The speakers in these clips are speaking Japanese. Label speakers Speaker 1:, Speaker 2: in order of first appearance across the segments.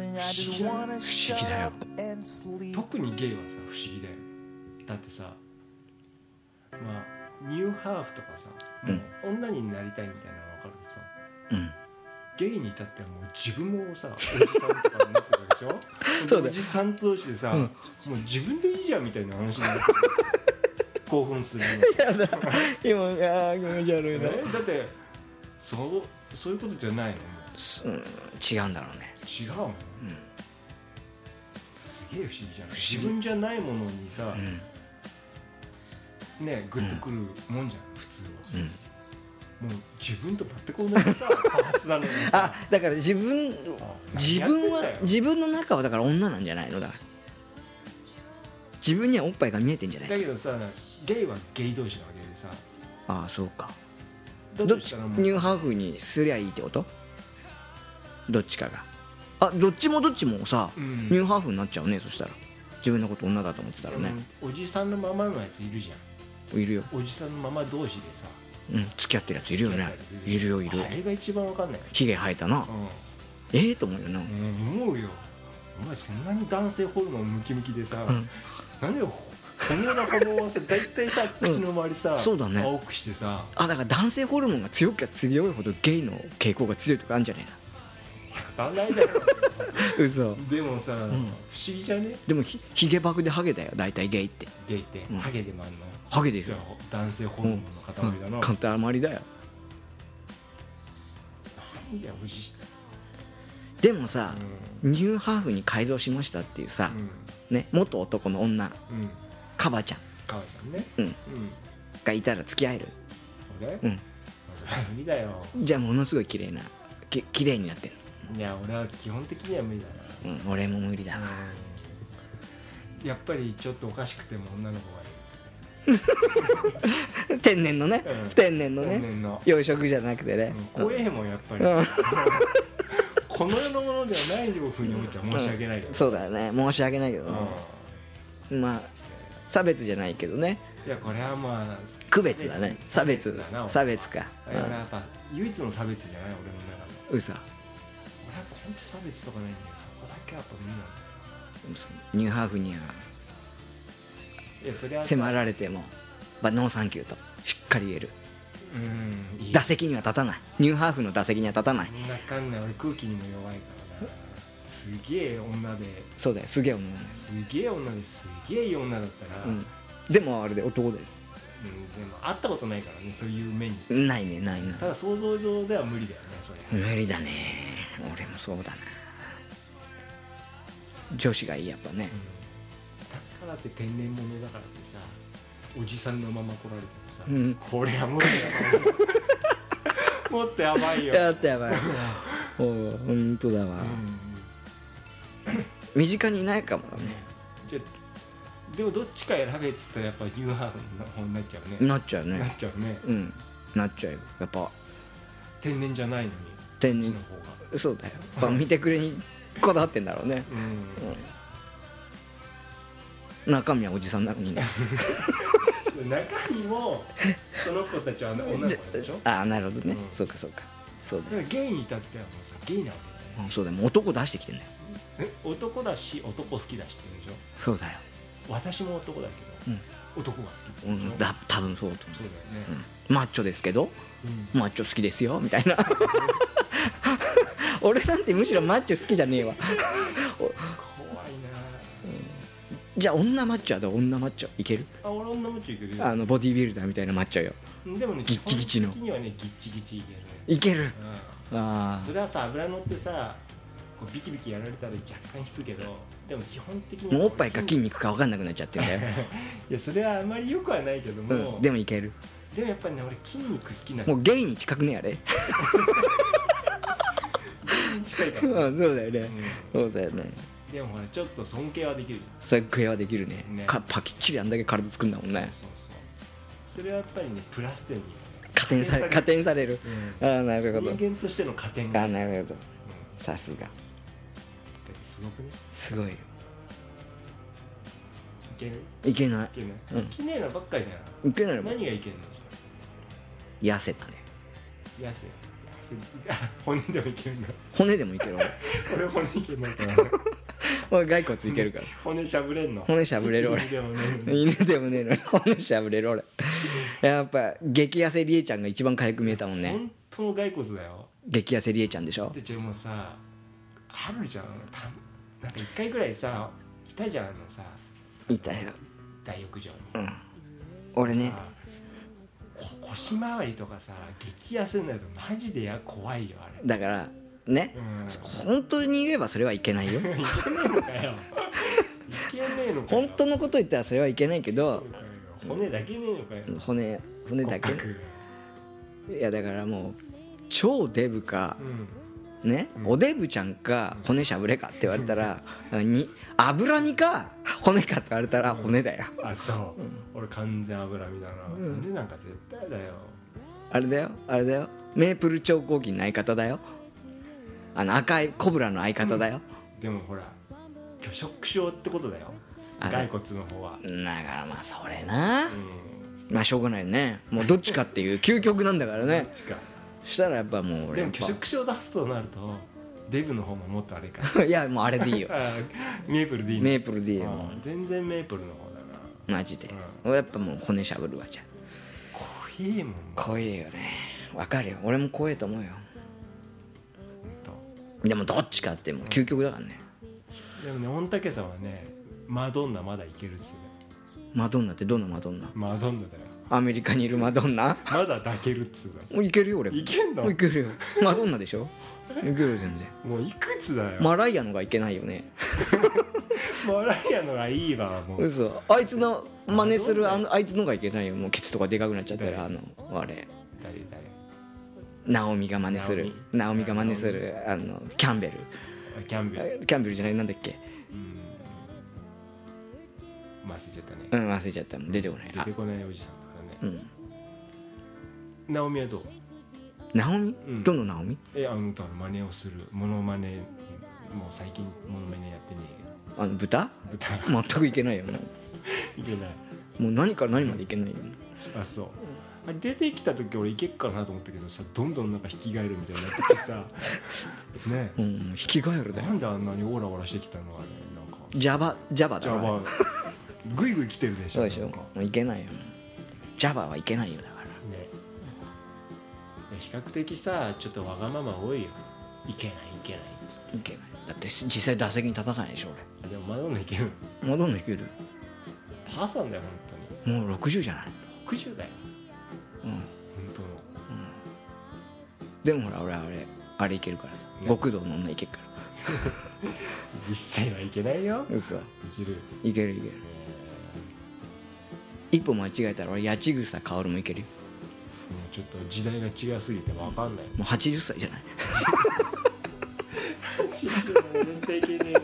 Speaker 1: 不思議だよ
Speaker 2: 特にゲイはさ不思議だよだってさまあニューハーフとかさ、もう女になりたいみたいなのは分かるけどさ
Speaker 1: うん
Speaker 2: ゲイに至ってはもう自分もさおじさんとかになってるわけでしょ
Speaker 1: そうだよ
Speaker 2: でおじさん同士でさ、
Speaker 1: うん
Speaker 2: もう自分でいいじゃんみたいな話になってくる興奮するの
Speaker 1: やだ今あー気持ち悪いな
Speaker 2: えだってそうそういうことじゃないのもう
Speaker 1: すうん違うんだろうね
Speaker 2: 違うの、
Speaker 1: ん
Speaker 2: すげえ不思議じゃん
Speaker 1: 不思議
Speaker 2: 自分じゃないものにさ
Speaker 1: う、ん
Speaker 2: ねグッとくるもんじゃん、普通は、もう自分と全く同じさパーツなのに
Speaker 1: あ
Speaker 2: さ
Speaker 1: だから自分自分は
Speaker 2: 分
Speaker 1: 自分の中はだから女なんじゃないのだから自分にはおっぱいが見えてんじゃな
Speaker 2: だ
Speaker 1: い
Speaker 2: けどさゲイはゲイ同士なわけでさ
Speaker 1: ああそうか
Speaker 2: だ
Speaker 1: どっ
Speaker 2: とし
Speaker 1: ち
Speaker 2: たらもう
Speaker 1: ニューハーフにすりゃいいってことどっちかがあどっちもどっちもさ、
Speaker 2: うん
Speaker 1: ニューハーフになっちゃうねそしたら自分のこと女だと思ってたらね、
Speaker 2: うんおじさんのままのやついるじゃ
Speaker 1: いるよ、
Speaker 2: んおじさんのまま同士でさ
Speaker 1: うん、付き合ってるやついるよねいるよいる
Speaker 2: あれが一番わかんない
Speaker 1: ヒゲ生えたな
Speaker 2: う
Speaker 1: ええと思うよな、
Speaker 2: ん、うん、思うよお前そんなに男性ホルモンムキムキでさ、
Speaker 1: うん
Speaker 2: なんでよこのような子供はさ大体さ
Speaker 1: うん
Speaker 2: 口の周りさ、
Speaker 1: そうだね
Speaker 2: 青くしてさ
Speaker 1: あだから男性ホルモンが強きゃ強いほどゲイの傾向が強いとかあるんじゃないな
Speaker 2: 当たんないだ ろ
Speaker 1: 嘘
Speaker 2: でもさ、不
Speaker 1: ん
Speaker 2: 思議じゃね
Speaker 1: でもひヒゲバクでハゲだよ大体ゲイって
Speaker 2: ゲイって、
Speaker 1: うん
Speaker 2: ハゲでもあんの
Speaker 1: ハゲです
Speaker 2: じゃ
Speaker 1: よ
Speaker 2: あ男性ホルモンの塊だな、
Speaker 1: う
Speaker 2: なん
Speaker 1: ん、たまりだよ
Speaker 2: だよ不思議
Speaker 1: でもさ、
Speaker 2: う
Speaker 1: ニューハーフに改造しましたっていうさ、
Speaker 2: ん
Speaker 1: ね、元男の女
Speaker 2: うんうん
Speaker 1: カバちゃん
Speaker 2: かわちゃんね
Speaker 1: うんがいたら付き合える
Speaker 2: 俺、
Speaker 1: うん
Speaker 2: 無理だよ
Speaker 1: じゃあものすごい綺麗なき綺麗になってる、
Speaker 2: いや俺は基本的には無理だな、
Speaker 1: うん、俺も無理だわ
Speaker 2: うんやっぱりちょっとおかしくても女の子がいい
Speaker 1: 天然のね、
Speaker 2: うん
Speaker 1: 天然のね
Speaker 2: 天然の
Speaker 1: 養殖じゃなくてね、
Speaker 2: うん怖えもんやっぱり、
Speaker 1: うん
Speaker 2: この世のものではないようふうに思っちゃ申し訳ないよ、
Speaker 1: うんそうだよね申し訳ないけど
Speaker 2: うん
Speaker 1: ね、まあ差別じゃないけどね
Speaker 2: いやこれはまあ
Speaker 1: 区別だね差別
Speaker 2: だな
Speaker 1: 差別か、
Speaker 2: 俺はやっぱ唯一の差別じゃない俺の中の
Speaker 1: うん、嘘
Speaker 2: 俺は本当差別とかないんだよそこだけはやっぱ無理なんだよ
Speaker 1: ニューハーフにはい
Speaker 2: やそれは
Speaker 1: 迫られてもばノーサンキューとしっかり言える
Speaker 2: うんいい
Speaker 1: 打席には立たないニューハーフの打席には立たない
Speaker 2: わかんない俺空気にも弱いからなすげえ女で
Speaker 1: そうだよすげえ思うね、
Speaker 2: すげえ女ですげえいい女だったら、
Speaker 1: う
Speaker 2: うん
Speaker 1: ん、でもあれで男だよ
Speaker 2: でも会ったことないからねそういう目に
Speaker 1: ないねないな
Speaker 2: ただ想像上では無理だよねそれ
Speaker 1: 無理だね俺もそうだな女子がいいやっぱね
Speaker 2: だからって天然物だからってさおじさんのまま来られてもさ、
Speaker 1: うん
Speaker 2: これは無理だ よもっとやばいよ、
Speaker 1: やったやばい おう本当だわ、
Speaker 2: うん
Speaker 1: 身近にいないかもね
Speaker 2: じゃあでもどっちか選べっつったらやっぱニューハーフの方になっちゃうね
Speaker 1: なっちゃう
Speaker 2: な
Speaker 1: ね
Speaker 2: っちゃうね
Speaker 1: うんなっちゃうよやっぱ
Speaker 2: 天然じゃないのに
Speaker 1: 天
Speaker 2: こ
Speaker 1: 然
Speaker 2: っちの方が
Speaker 1: そうだよやっぱ見てくれにこだわってんだろうね、
Speaker 2: うん
Speaker 1: 中身はおじさんなのにね
Speaker 2: 中にもその子たちは女の子でしょ
Speaker 1: ああなるほどね、
Speaker 2: うん
Speaker 1: そうかそうかそうだ
Speaker 2: だ
Speaker 1: よ
Speaker 2: からゲイに至ってはもうさゲイなわ
Speaker 1: あそうだよもう男出してきてんだよ
Speaker 2: けだよねえ男だし男好きだしって言うでし
Speaker 1: そうだよ、
Speaker 2: ょ私も男だけど、男が好きって
Speaker 1: う
Speaker 2: 言うでしょ
Speaker 1: ん、だ多分そうだと思
Speaker 2: そうだよね
Speaker 1: う、うん、マッチョですけど
Speaker 2: うん
Speaker 1: マッチョ好きですよみたいな 俺なんてむしろマッチョ好きじゃねえわ
Speaker 2: 怖いな
Speaker 1: じゃあ女マッチョはどう女マッチョいける
Speaker 2: ああ俺女もちいける
Speaker 1: あ
Speaker 2: よ
Speaker 1: のボディービルダーみたいなマッチョよ
Speaker 2: でもね
Speaker 1: ギッチギチの
Speaker 2: 基本的にはねギッチギチいけるね
Speaker 1: いける
Speaker 2: うん
Speaker 1: あ
Speaker 2: それはさ油乗ってさこうビキビキやられたら若干引くけどでも基本的
Speaker 1: あ
Speaker 2: に
Speaker 1: もうおっぱいか筋肉か分かんなくなっちゃってんだよ、
Speaker 2: いやそれはあまりよくはないけ ども、
Speaker 1: うん、
Speaker 2: で
Speaker 1: でもいける
Speaker 2: もやっぱりね俺筋肉好きな
Speaker 1: も
Speaker 2: の
Speaker 1: うゲイに近くねあ れ
Speaker 2: 近いか
Speaker 1: う
Speaker 2: ら、
Speaker 1: んそうだよね、
Speaker 2: う
Speaker 1: そうだよね
Speaker 2: ん、でもほらちょっと尊敬はできる
Speaker 1: それ食いはできるね
Speaker 2: ね
Speaker 1: かパキッチリあんだけ体作んだもん
Speaker 2: じゃん、
Speaker 1: ね
Speaker 2: そうそうそうそれはやっぱりねプラス点に
Speaker 1: 加点され 加点される、
Speaker 2: う
Speaker 1: ああなるほど
Speaker 2: 人間としての加点
Speaker 1: あ
Speaker 2: が、
Speaker 1: あ
Speaker 2: うん、だ
Speaker 1: なるほどさすが
Speaker 2: ってすごくね
Speaker 1: すごいよ
Speaker 2: いける
Speaker 1: いけない
Speaker 2: いけない、
Speaker 1: うん
Speaker 2: きれいなばっかりじゃ
Speaker 1: いけない
Speaker 2: ん
Speaker 1: の
Speaker 2: 何がいけんの
Speaker 1: 痩せたね
Speaker 2: 痩せ痩せすぎあ骨でもい けるんだ
Speaker 1: 骨でもいける俺
Speaker 2: 俺骨いけないから
Speaker 1: 俺骸骨いけるから
Speaker 2: 骨しゃぶれんの
Speaker 1: 骨しゃぶれる俺
Speaker 2: でもね
Speaker 1: 犬でもねえのに骨しゃぶれる俺やっぱ激痩せりえちゃんが一番かゆく見えたもんね
Speaker 2: 本当の骸骨だよ
Speaker 1: 激痩せりえちゃんでしょ
Speaker 2: でちょもうさあるじゃんたなんか一回ぐらいさいたじゃんあのさ
Speaker 1: いたよ
Speaker 2: 大浴場に
Speaker 1: うん俺ね
Speaker 2: さこ腰回りとかさ激痩せになるとマジでや怖いよあれ
Speaker 1: だからね
Speaker 2: うん
Speaker 1: 本当に言えばそれはいけないよ
Speaker 2: いけねえのかよいけねえのかよ
Speaker 1: 本当のこと言ったらそれはいけないけど
Speaker 2: 骨だけねえのかよ
Speaker 1: 骨骨だけ
Speaker 2: 骨格
Speaker 1: いやだからもう超デブか
Speaker 2: うん
Speaker 1: ね、
Speaker 2: うん
Speaker 1: おデブちゃんか骨しゃぶれかって言われたらに脂身か骨かって言われたら骨だよ
Speaker 2: あそう、俺完全脂身だな、でなんか絶対だよ
Speaker 1: あれだよあれだよメープル超合金の相方だよあの赤いコブラの相方だよ、
Speaker 2: でもほら拒食症ってことだよ
Speaker 1: あ
Speaker 2: 骸骨の方は、
Speaker 1: だからまあそれな
Speaker 2: うん、
Speaker 1: まあしょうがないねもうどっちかっていう 究極なんだからね
Speaker 2: しか
Speaker 1: したらやっぱもう俺
Speaker 2: で
Speaker 1: やっ
Speaker 2: も拒食症出すとなるとデブの方ももっとあれか
Speaker 1: ぱいやもうあれでいいよ
Speaker 2: あメープル でいいの
Speaker 1: メープルでいいよも
Speaker 2: あ全然メープルの方だな
Speaker 1: うマジで俺やっぱもう骨しゃぶるわじゃあ
Speaker 2: 怖いもん
Speaker 1: 怖いよねわかるよ俺も怖いと思うよ
Speaker 2: と
Speaker 1: でもどっちかってもう究極だからね
Speaker 2: でもね御嶽さんはねマドンナまだいけるっつうね
Speaker 1: マドンナってどんなマドンナ
Speaker 2: マドンナだよ
Speaker 1: アメリカにいるマドンナ
Speaker 2: まだ抱けるっつう
Speaker 1: もういけるよ俺
Speaker 2: のいけんの
Speaker 1: もういけるよマドンナでし ょいけるよ全然
Speaker 2: もういくつだよ、
Speaker 1: マライアのがいけないよね
Speaker 2: マライアのがいいわもう
Speaker 1: 嘘あいつの真似するあのあいつのがいけないよもうケツとかでかくなっちゃったらあのあれ
Speaker 2: 誰誰
Speaker 1: ナオミが真似するナオミが真似するあのキャンベ
Speaker 2: あキャンベル
Speaker 1: ルキャンベルじゃないなんだっけ
Speaker 2: うんまあ忘れちゃったね
Speaker 1: うん忘れちゃったもう出てこない
Speaker 2: 出
Speaker 1: あ
Speaker 2: てこないおじさんだからね
Speaker 1: うん
Speaker 2: ナオミはどう
Speaker 1: ナオミ
Speaker 2: ん
Speaker 1: どのナオミ
Speaker 2: えあのだから真似をするモノマネもう最近モノマネやってね
Speaker 1: あの豚
Speaker 2: えけど歌
Speaker 1: 全くいけないよも
Speaker 2: いけないう
Speaker 1: もう何から何までいけないよ
Speaker 2: あそうあれ出てきた時俺いけっかなと思ったけどさどんどんなんか引き返るみたいになってきてさね
Speaker 1: うん引き返る
Speaker 2: え
Speaker 1: だよ
Speaker 2: なんであんなにオラオラしてきたのあれなんか
Speaker 1: ジャバジャバ
Speaker 2: じ
Speaker 1: だ
Speaker 2: ゃあ
Speaker 1: ろあ
Speaker 2: ま
Speaker 1: れ
Speaker 2: あグイグイ来てるでし
Speaker 1: そ
Speaker 2: ょ
Speaker 1: うでしょ
Speaker 2: なん
Speaker 1: も
Speaker 2: か
Speaker 1: ういけないよジャバはいけないよだから
Speaker 2: ね比較的さちょっとわがまま多いよいけないいけないっつっ
Speaker 1: いけないだって実際打席に立たないでしょ
Speaker 2: てでもマドンナいける
Speaker 1: 俺もうどんどんいける
Speaker 2: パーさんだよ本
Speaker 1: もう60じゃない
Speaker 2: 当に60だよ
Speaker 1: うん
Speaker 2: 本当の
Speaker 1: でもほら俺あれあれいけるからさ極道の女いけるか
Speaker 2: 実際はいけないよ
Speaker 1: ら嘘
Speaker 2: いける
Speaker 1: いけるいける一歩間違えたら俺八千草薫もいけるよ
Speaker 2: もうちょっと時代が違うすぎてわかんない
Speaker 1: もう80歳じゃない
Speaker 2: 絶対いけねえよ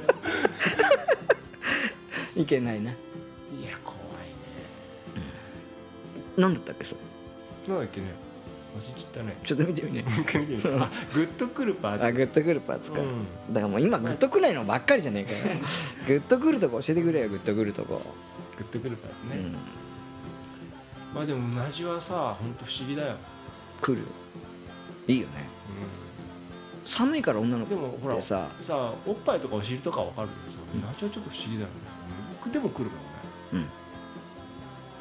Speaker 1: いけないない
Speaker 2: や怖い
Speaker 1: 何だったっけそれ
Speaker 2: ねなんだっけね忘れちゃったね
Speaker 1: ちょっと見てみね
Speaker 2: もう一回見てみたあグッドクルパー
Speaker 1: あグッとくるパーツか、
Speaker 2: うん
Speaker 1: だからもう今グッとくないのばっかりじゃねえか よグッとくるとこ教えてくれよグッとくるとこ、
Speaker 2: グッドクルパー
Speaker 1: う
Speaker 2: ですね、
Speaker 1: ん、
Speaker 2: まあでもうなじはさ本当不思議だよ、
Speaker 1: 来るいいよね寒いから女の
Speaker 2: で
Speaker 1: 子
Speaker 2: もほら
Speaker 1: でさ
Speaker 2: さおっぱいとかお尻とかはわかるけどさナチョはちょっと不思議だよね、でも来るもんね、
Speaker 1: う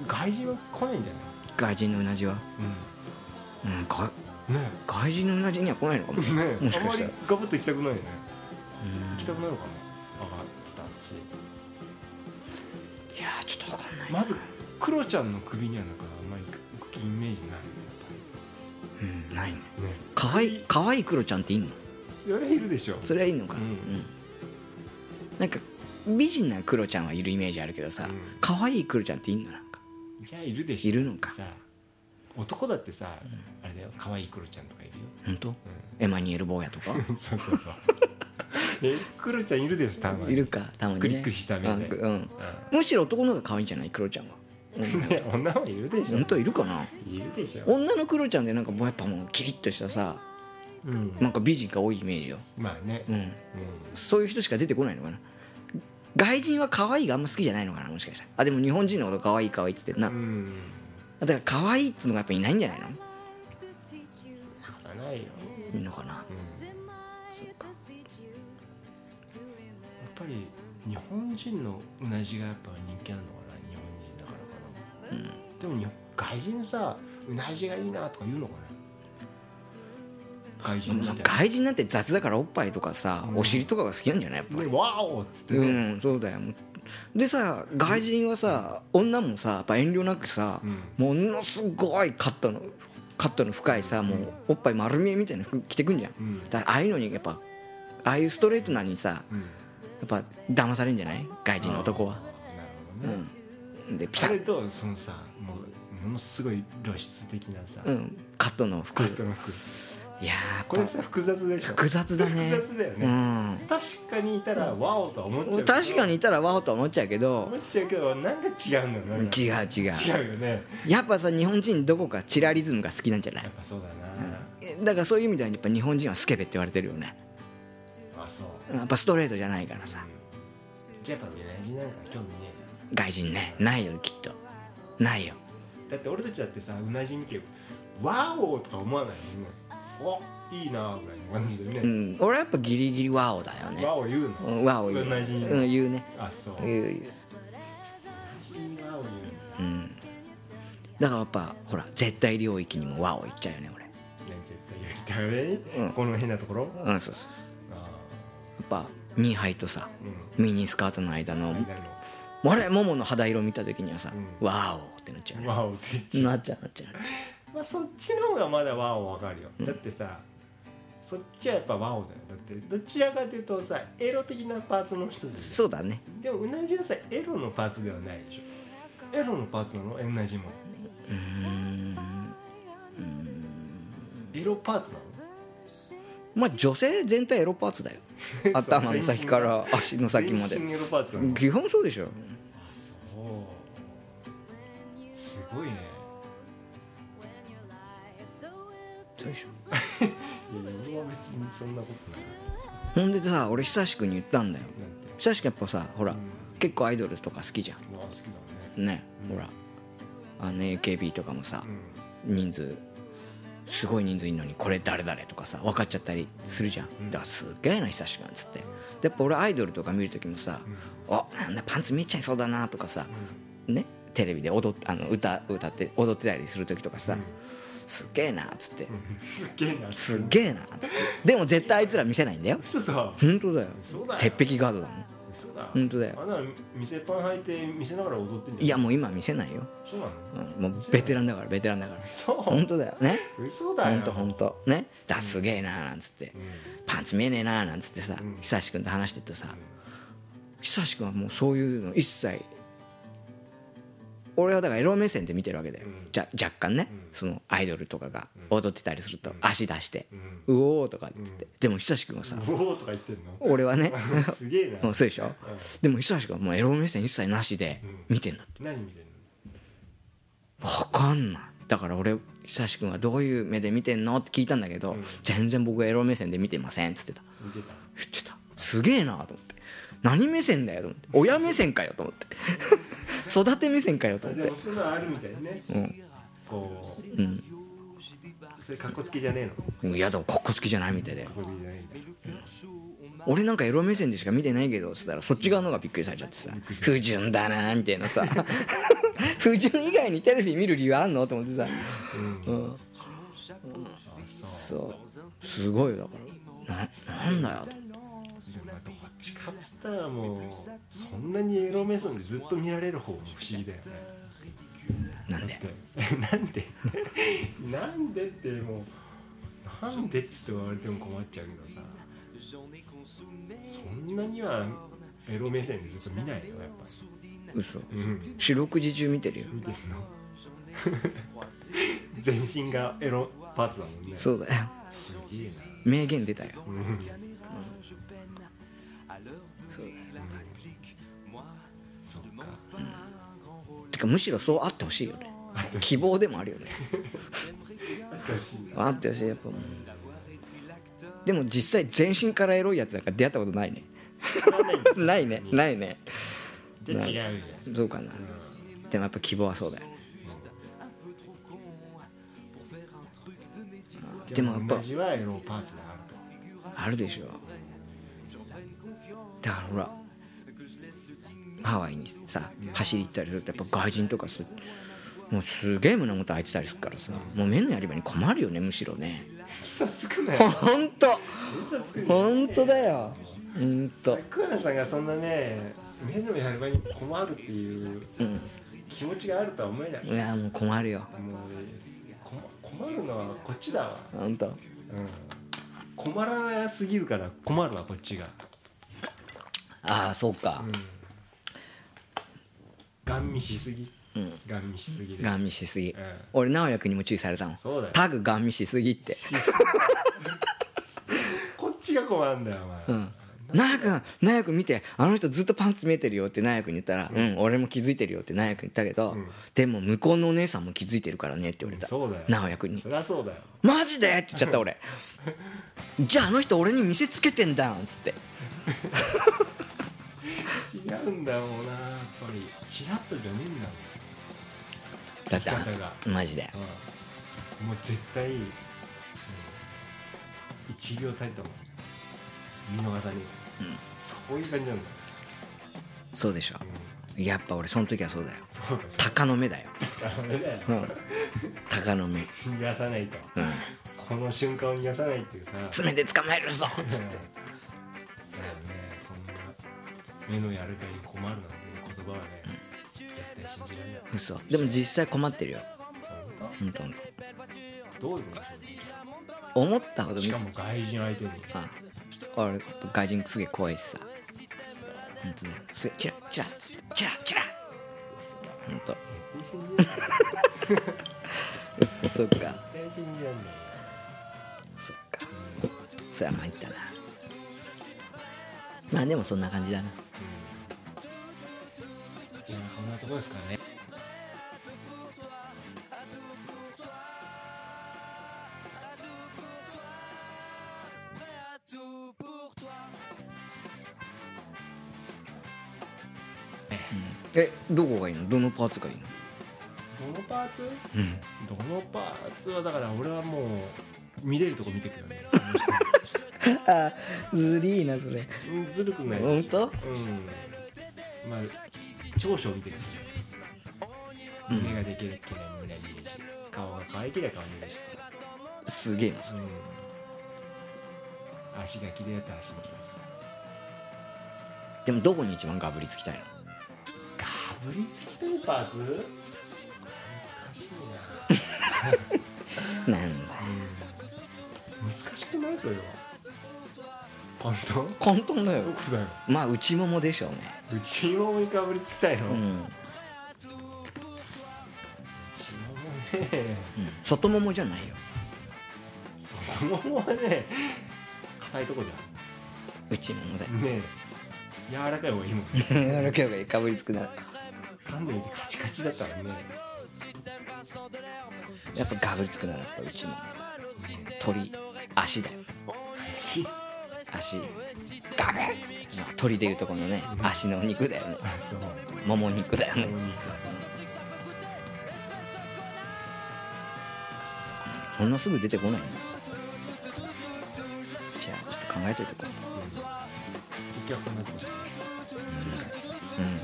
Speaker 1: ん
Speaker 2: 外人は来ないんじゃな
Speaker 1: 外人のうなじは、うん、が
Speaker 2: い、ね
Speaker 1: 外人のうなじには来ないのかも、
Speaker 2: えねえ
Speaker 1: もし
Speaker 2: あん
Speaker 1: かした
Speaker 2: ま
Speaker 1: ら
Speaker 2: りガブッと行きたくないよね
Speaker 1: うん
Speaker 2: 行きたくなるかも分かったつい
Speaker 1: いやーちょっとわかんない、
Speaker 2: まずクロちゃんの首にはなんかあんまり行くイメージないよ
Speaker 1: うん、ないね
Speaker 2: やっぱりね
Speaker 1: かわいいかわいいクロちゃんっていんの
Speaker 2: よりいるでしょ
Speaker 1: それはいいのか、
Speaker 2: うん
Speaker 1: うんなんか美人なクロちゃんはいるイメージあるけどさ、
Speaker 2: うん
Speaker 1: かわいいクロちゃんっていんのなんか
Speaker 2: いやいるでしょ
Speaker 1: いるのか
Speaker 2: さ男だってさ、あれだよ可愛いクロちゃんとかいるよ、
Speaker 1: 本当
Speaker 2: うん
Speaker 1: エマニュエル坊やとか
Speaker 2: そうそうそう。え、クロちゃんいるでしょ、たまに。
Speaker 1: いる。かたまに、ね、
Speaker 2: クリックした目で
Speaker 1: あうん、むしろ男の方が可愛いんじゃないクロち ゃんは、
Speaker 2: うん。ね、女はいるでし
Speaker 1: うん、
Speaker 2: ょ
Speaker 1: 本。当いるかない
Speaker 2: るでしょ。
Speaker 1: 女のクロちゃんでなんかもうやっぱもうキリッとしたさ
Speaker 2: うん。
Speaker 1: なんか美人が多いイメージよ、
Speaker 2: まあね。
Speaker 1: う
Speaker 2: うん。
Speaker 1: ん、そういう人しか出てこないのかな外人は可愛いがあんま好きじゃないのかなもしかしたらあでも日本人のこと可愛い可愛いっつってんな、
Speaker 2: うん。
Speaker 1: だから可愛いっつうのがやっぱいないんじゃないの
Speaker 2: そんなことはないよ。
Speaker 1: いいのかな
Speaker 2: うんやっ
Speaker 1: そっか
Speaker 2: ぱり日本人のうなじがやっぱ人気あるのかな日本人だからかなでもに外人さうなじがいいなとか言うのかな外人
Speaker 1: でも
Speaker 2: み
Speaker 1: な
Speaker 2: た
Speaker 1: ん
Speaker 2: い
Speaker 1: か外人なんて雑だからおっぱいとかさ、
Speaker 2: うん
Speaker 1: お尻とかが好きなんじゃないやっぱ
Speaker 2: な
Speaker 1: り
Speaker 2: ねわおっつって
Speaker 1: う
Speaker 2: ね
Speaker 1: んそうだよでさ外人はさ女もさやっぱ遠慮なくさ、
Speaker 2: うん
Speaker 1: ものすごいカットのカットの深いさもうおっぱい丸見えみたいな服着てくんじゃん
Speaker 2: うん
Speaker 1: だからああいうのにやっぱああいうストレートなのにさ
Speaker 2: うん
Speaker 1: やっぱ騙されんじゃない外人の男は
Speaker 2: なるほどね
Speaker 1: でピタ
Speaker 2: それ
Speaker 1: ッ、
Speaker 2: とそのさもうものすごい露出的なさ
Speaker 1: うん、カットの服
Speaker 2: カ
Speaker 1: い
Speaker 2: ットの服
Speaker 1: やーやっ
Speaker 2: これ
Speaker 1: ぱ
Speaker 2: さ複雑でしょ
Speaker 1: 複雑だね
Speaker 2: 複雑だよ
Speaker 1: う
Speaker 2: ね
Speaker 1: ん
Speaker 2: 確かにいたらワオとは思っちゃうけど
Speaker 1: 確かにいたらワホとは思っちゃうけど
Speaker 2: 思っちゃうけどなんか違うんだよな
Speaker 1: 違う違う
Speaker 2: 違うよね
Speaker 1: やっぱさ日本人どこかチラリズムが好きなんじゃな
Speaker 2: や
Speaker 1: い
Speaker 2: っぱそうだな
Speaker 1: えだからそういう意味ではやっぱ日本人はスケベって言われてるよね
Speaker 2: あそう
Speaker 1: うんやっぱストレートじゃないからさ
Speaker 2: じゃあやっぱうなじなんか興味ね
Speaker 1: 外人ねないよきっとないよ
Speaker 2: えなだって俺たちだってさうなじ見てワオとか思わないよねおいいなぐらいの感じで
Speaker 1: う
Speaker 2: ね
Speaker 1: ん俺はやっぱギリギリワオだよね
Speaker 2: ワオ言うの
Speaker 1: うんワオ言う
Speaker 2: 同じ
Speaker 1: うん言うね
Speaker 2: あそう
Speaker 1: 言う言う
Speaker 2: ワオ言うの
Speaker 1: うんだからやっぱほら絶対領域にもワオ言っちゃうよね
Speaker 2: ね絶対言うた
Speaker 1: うん
Speaker 2: ねこの変なところ
Speaker 1: 俺うんそうそうそ
Speaker 2: あ
Speaker 1: うやっぱニーハイとさ
Speaker 2: ーう
Speaker 1: ミニスカートの間の
Speaker 2: ん間
Speaker 1: あれももの肌色見た時にはさ「
Speaker 2: うん
Speaker 1: ワオ!」ってなっちゃう
Speaker 2: の
Speaker 1: ね
Speaker 2: ワオって言っちゃう
Speaker 1: なっちゃうなっちゃう
Speaker 2: まあそっちの方がまだ和をわかるよ、だってさそっちはやっぱ和をだよだってどちらかというとさエロ的なパーツの一つです
Speaker 1: そうだね
Speaker 2: でもうなじはさエロのパーツではないでしょエロのパーツなのうなじも
Speaker 1: うーん
Speaker 2: エロパーツなの
Speaker 1: まあ女性全体エロパー ツだよ頭の先から足の先まで
Speaker 2: 全身エロパーツなの
Speaker 1: 基本そうでしょ
Speaker 2: あそうすごいね
Speaker 1: そうでしょ
Speaker 2: いや俺は別にそんなことない
Speaker 1: ほんでさ俺久しくに言ったんだよ
Speaker 2: なんて
Speaker 1: 久しくやっぱさほら、
Speaker 2: うん
Speaker 1: 結構アイドルとか好きじゃ
Speaker 2: まあ好きだね
Speaker 1: んね、
Speaker 2: うん
Speaker 1: ほらあの AKB とかもさ
Speaker 2: う、ん
Speaker 1: 人数すごい人数いるのにこれ誰誰とかさ分かっちゃったりするじゃん、
Speaker 2: うん
Speaker 1: だからすっげえな久しくんっつってでやっぱ俺アイドルとか見る時もさ、
Speaker 2: うん
Speaker 1: あなんだパンツ見えちゃいそうだなとかさ
Speaker 2: う、ん
Speaker 1: ねテレビで踊っあの歌歌って踊ってたりする時とかさ、
Speaker 2: うん
Speaker 1: すっげえなっつって、
Speaker 2: うん すっげえな
Speaker 1: すっげえなっつってでも絶対あいつら見せないんだよ
Speaker 2: 嘘だ
Speaker 1: 本当だよ
Speaker 2: そうだよ
Speaker 1: 鉄壁ガードだもん
Speaker 2: 嘘だ
Speaker 1: 本当だよ
Speaker 2: あんなの店パン履いて店ながら踊ってんじゃん
Speaker 1: いやもう今見せないよ、
Speaker 2: そうなの
Speaker 1: うん、もうベテランだからベテランだから本
Speaker 2: そ
Speaker 1: 当だよね
Speaker 2: う嘘だよ
Speaker 1: 本当本当ねだすげえなーなんつって
Speaker 2: うん
Speaker 1: パンツ見えねえなーなんつってさ
Speaker 2: うん
Speaker 1: 久志君と話してってさ久志君はもうそういうの一切俺はだからエロ目線で見てるわけだよ
Speaker 2: うん
Speaker 1: じゃ若干ね
Speaker 2: うん
Speaker 1: そのアイドルとかが踊ってたりすると足出して
Speaker 2: うんうん
Speaker 1: 「うおー」とかって言って
Speaker 2: う
Speaker 1: でも久志君はさ
Speaker 2: うおーとか言ってんの
Speaker 1: 俺はね
Speaker 2: すげえな
Speaker 1: もうそうでしょ
Speaker 2: うん
Speaker 1: でも久志君はもうエロ目線一切なしで見てんだって
Speaker 2: 何見てんの
Speaker 1: わかんないだから俺久しくんはどういう目で見てんのって聞いたんだけど、
Speaker 2: ん
Speaker 1: 全然僕はエロ目線で見てませんっつってた
Speaker 2: 見てた
Speaker 1: 言ってたすげえなと思って何目線だよと思って親目線かよと思って 育て目線かよと
Speaker 2: あ
Speaker 1: 思っ
Speaker 2: で
Speaker 1: て
Speaker 2: もそんなのあるみたいね
Speaker 1: うん
Speaker 2: こうそれかっこつけじゃねえのかっ
Speaker 1: うんいやでもかっこつきじゃないみたいだよ
Speaker 2: こつけじゃないんだ
Speaker 1: 俺なんかエロ目線でしか見てないけどっつったらそっち側の方がびっくりされちゃってさ不純だなみたいなさ不純以外にテレビ見る理由あんのと思ってさ
Speaker 2: うん
Speaker 1: うん
Speaker 2: あそう
Speaker 1: そうすごいよだからななんだよと
Speaker 2: でもまあどっちかっつったらもうそんなにエロメソンでずっと見られる方も不思議だよね
Speaker 1: なんで
Speaker 2: なんで なんでってもうなんでっつって言われても困っちゃうけどさそんなにはエロ目線でずっと見ないよやっぱ
Speaker 1: 嘘
Speaker 2: り、うん、
Speaker 1: 四六時中見てるよ
Speaker 2: 見てんの 全身がエロパーツだもんね
Speaker 1: そうだよ
Speaker 2: すげえな
Speaker 1: 名言出たよ
Speaker 2: うん
Speaker 1: そうだよ
Speaker 2: そっか
Speaker 1: てかむしろそうあってほしいよね希望でもあるよね
Speaker 2: 私
Speaker 1: あってほしいやっぱもうでも実際全身からエロいやつなんか出会ったことないねないねないね
Speaker 2: じゃあ違うんや
Speaker 1: そうかなでもやっぱ希望はそうだよねでもやっぱ
Speaker 2: 同じはエロパーツがある と
Speaker 1: あるでしょだからほらハワイにさ走り行ったりするとやっぱ外人とかすもうすげえ胸元開いてたりするからさもう目のやり場に困るよねむしろね
Speaker 2: 嘘つくなよ
Speaker 1: ほんと
Speaker 2: 嘘つくなよ
Speaker 1: ほんとだよほんと
Speaker 2: クアンさんがそんなね目のやる場に困るっていう
Speaker 1: うん
Speaker 2: 気持ちがあるとは思えない
Speaker 1: いやもう困るよ
Speaker 2: もう困困るのはこっちだわ、
Speaker 1: ほんと
Speaker 2: うん、困らなすぎるから困るわこっちが、
Speaker 1: ああそうか
Speaker 2: うん、ガン見しすぎ
Speaker 1: うん
Speaker 2: ガン見しすぎで
Speaker 1: ガン見しすぎ
Speaker 2: うん
Speaker 1: 俺直哉君にも注意されたもん
Speaker 2: そうだよ
Speaker 1: タグガン見しすぎって
Speaker 2: こっちが困るんだよお
Speaker 1: う
Speaker 2: 前、
Speaker 1: んナヤ君、ナヤ君見て、あの人ずっとパンツ見えてるよってナヤ君に言ったら、うん、俺も気づいてるよってナヤ君言ったけど、
Speaker 2: うん
Speaker 1: でも向こうのお姉さんも気づいてるからねって言われた。
Speaker 2: そうだよ
Speaker 1: ナヤ君に
Speaker 2: そ。りゃそうだよ
Speaker 1: マジでって言っちゃっ た俺。じゃああの人俺に見せつけてんだんっつって。
Speaker 2: 違うんだろうなやっぱりチラッとじゃねえんだもん
Speaker 1: だってあ
Speaker 2: 生き方が、
Speaker 1: マジで。
Speaker 2: うんもう絶対、うん、1秒たりとも見逃さねえ、
Speaker 1: うん
Speaker 2: そういう感じなんだよ、
Speaker 1: そうでしょ
Speaker 2: う。ん、
Speaker 1: やっぱ俺その時はそう だよ。
Speaker 2: そうだよ
Speaker 1: 鷹の目だよ。
Speaker 2: ダメだよ、
Speaker 1: うん。鷹の目。うん。
Speaker 2: 逃がさないとこの瞬間を逃がさないっていうさ
Speaker 1: 爪で捕まえるぞっつっ
Speaker 2: うんだよ
Speaker 1: て。
Speaker 2: ねそんな目のやるかに困るなんていう言葉はね絶対信じられない
Speaker 1: 嘘。でも実際困ってるよ。
Speaker 2: 本
Speaker 1: ほんとほんと。
Speaker 2: 当どういうことで
Speaker 1: 思ったほど
Speaker 2: し
Speaker 1: 見
Speaker 2: ょうしかも外人相手に
Speaker 1: あ俺外人すげえ怖いしさ本当ねすげえチラッチラッつってチラッチラッ本当
Speaker 2: 絶対信じられない
Speaker 1: そそっ
Speaker 2: 絶対信
Speaker 1: か
Speaker 2: じられない
Speaker 1: そっかそりゃ参ったなまあでもそんな感じだな
Speaker 2: じゃあこんなとこですかね
Speaker 1: えどこがいいのどのパーツがいいの
Speaker 2: どのパーツ
Speaker 1: うん
Speaker 2: どのパーツはだから俺はもう見れるとこ見てくよね
Speaker 1: あずりーなそれ
Speaker 2: うんずるくないうん
Speaker 1: 本当
Speaker 2: まあ長所を見てくる
Speaker 1: うん
Speaker 2: 胸ができるければ胸に見るし顔が可愛ければ可愛いし
Speaker 1: すげえなそ
Speaker 2: うん足が綺麗だったら足も綺麗さ
Speaker 1: れでもどこに一番ガブりつきたいの
Speaker 2: かぶりつきたいパーツ難しいな
Speaker 1: なんだ
Speaker 2: 難しくないそれは簡単
Speaker 1: 混沌だよ
Speaker 2: どこだよ
Speaker 1: まあ内ももでしょうね
Speaker 2: 内ももにかぶりつきたいの、
Speaker 1: う
Speaker 2: 内もも
Speaker 1: ん
Speaker 2: ね
Speaker 1: 外ももじゃないよ
Speaker 2: 外ももはね硬いとこじ
Speaker 1: 内ももだよ
Speaker 2: ゃんねえ柔らかい方がいいもん
Speaker 1: やるけがかぶりつくなら
Speaker 2: 噛んでいてカチカチだったらね
Speaker 1: やっぱガブりつくならやっぱうちも鳥足だよ
Speaker 2: 足
Speaker 1: 足ガブッつってまあ鳥でいうとこのね足の肉だよね
Speaker 2: あそう
Speaker 1: もも肉だよね
Speaker 2: もも肉
Speaker 1: そんなすぐ出てこないねじゃあちょっと考えといてこ
Speaker 2: 実況こんなとこ
Speaker 1: ううん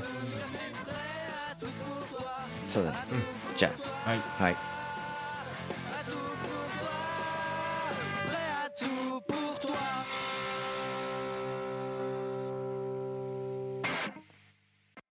Speaker 1: そうだね、じゃ
Speaker 2: はい
Speaker 1: あはい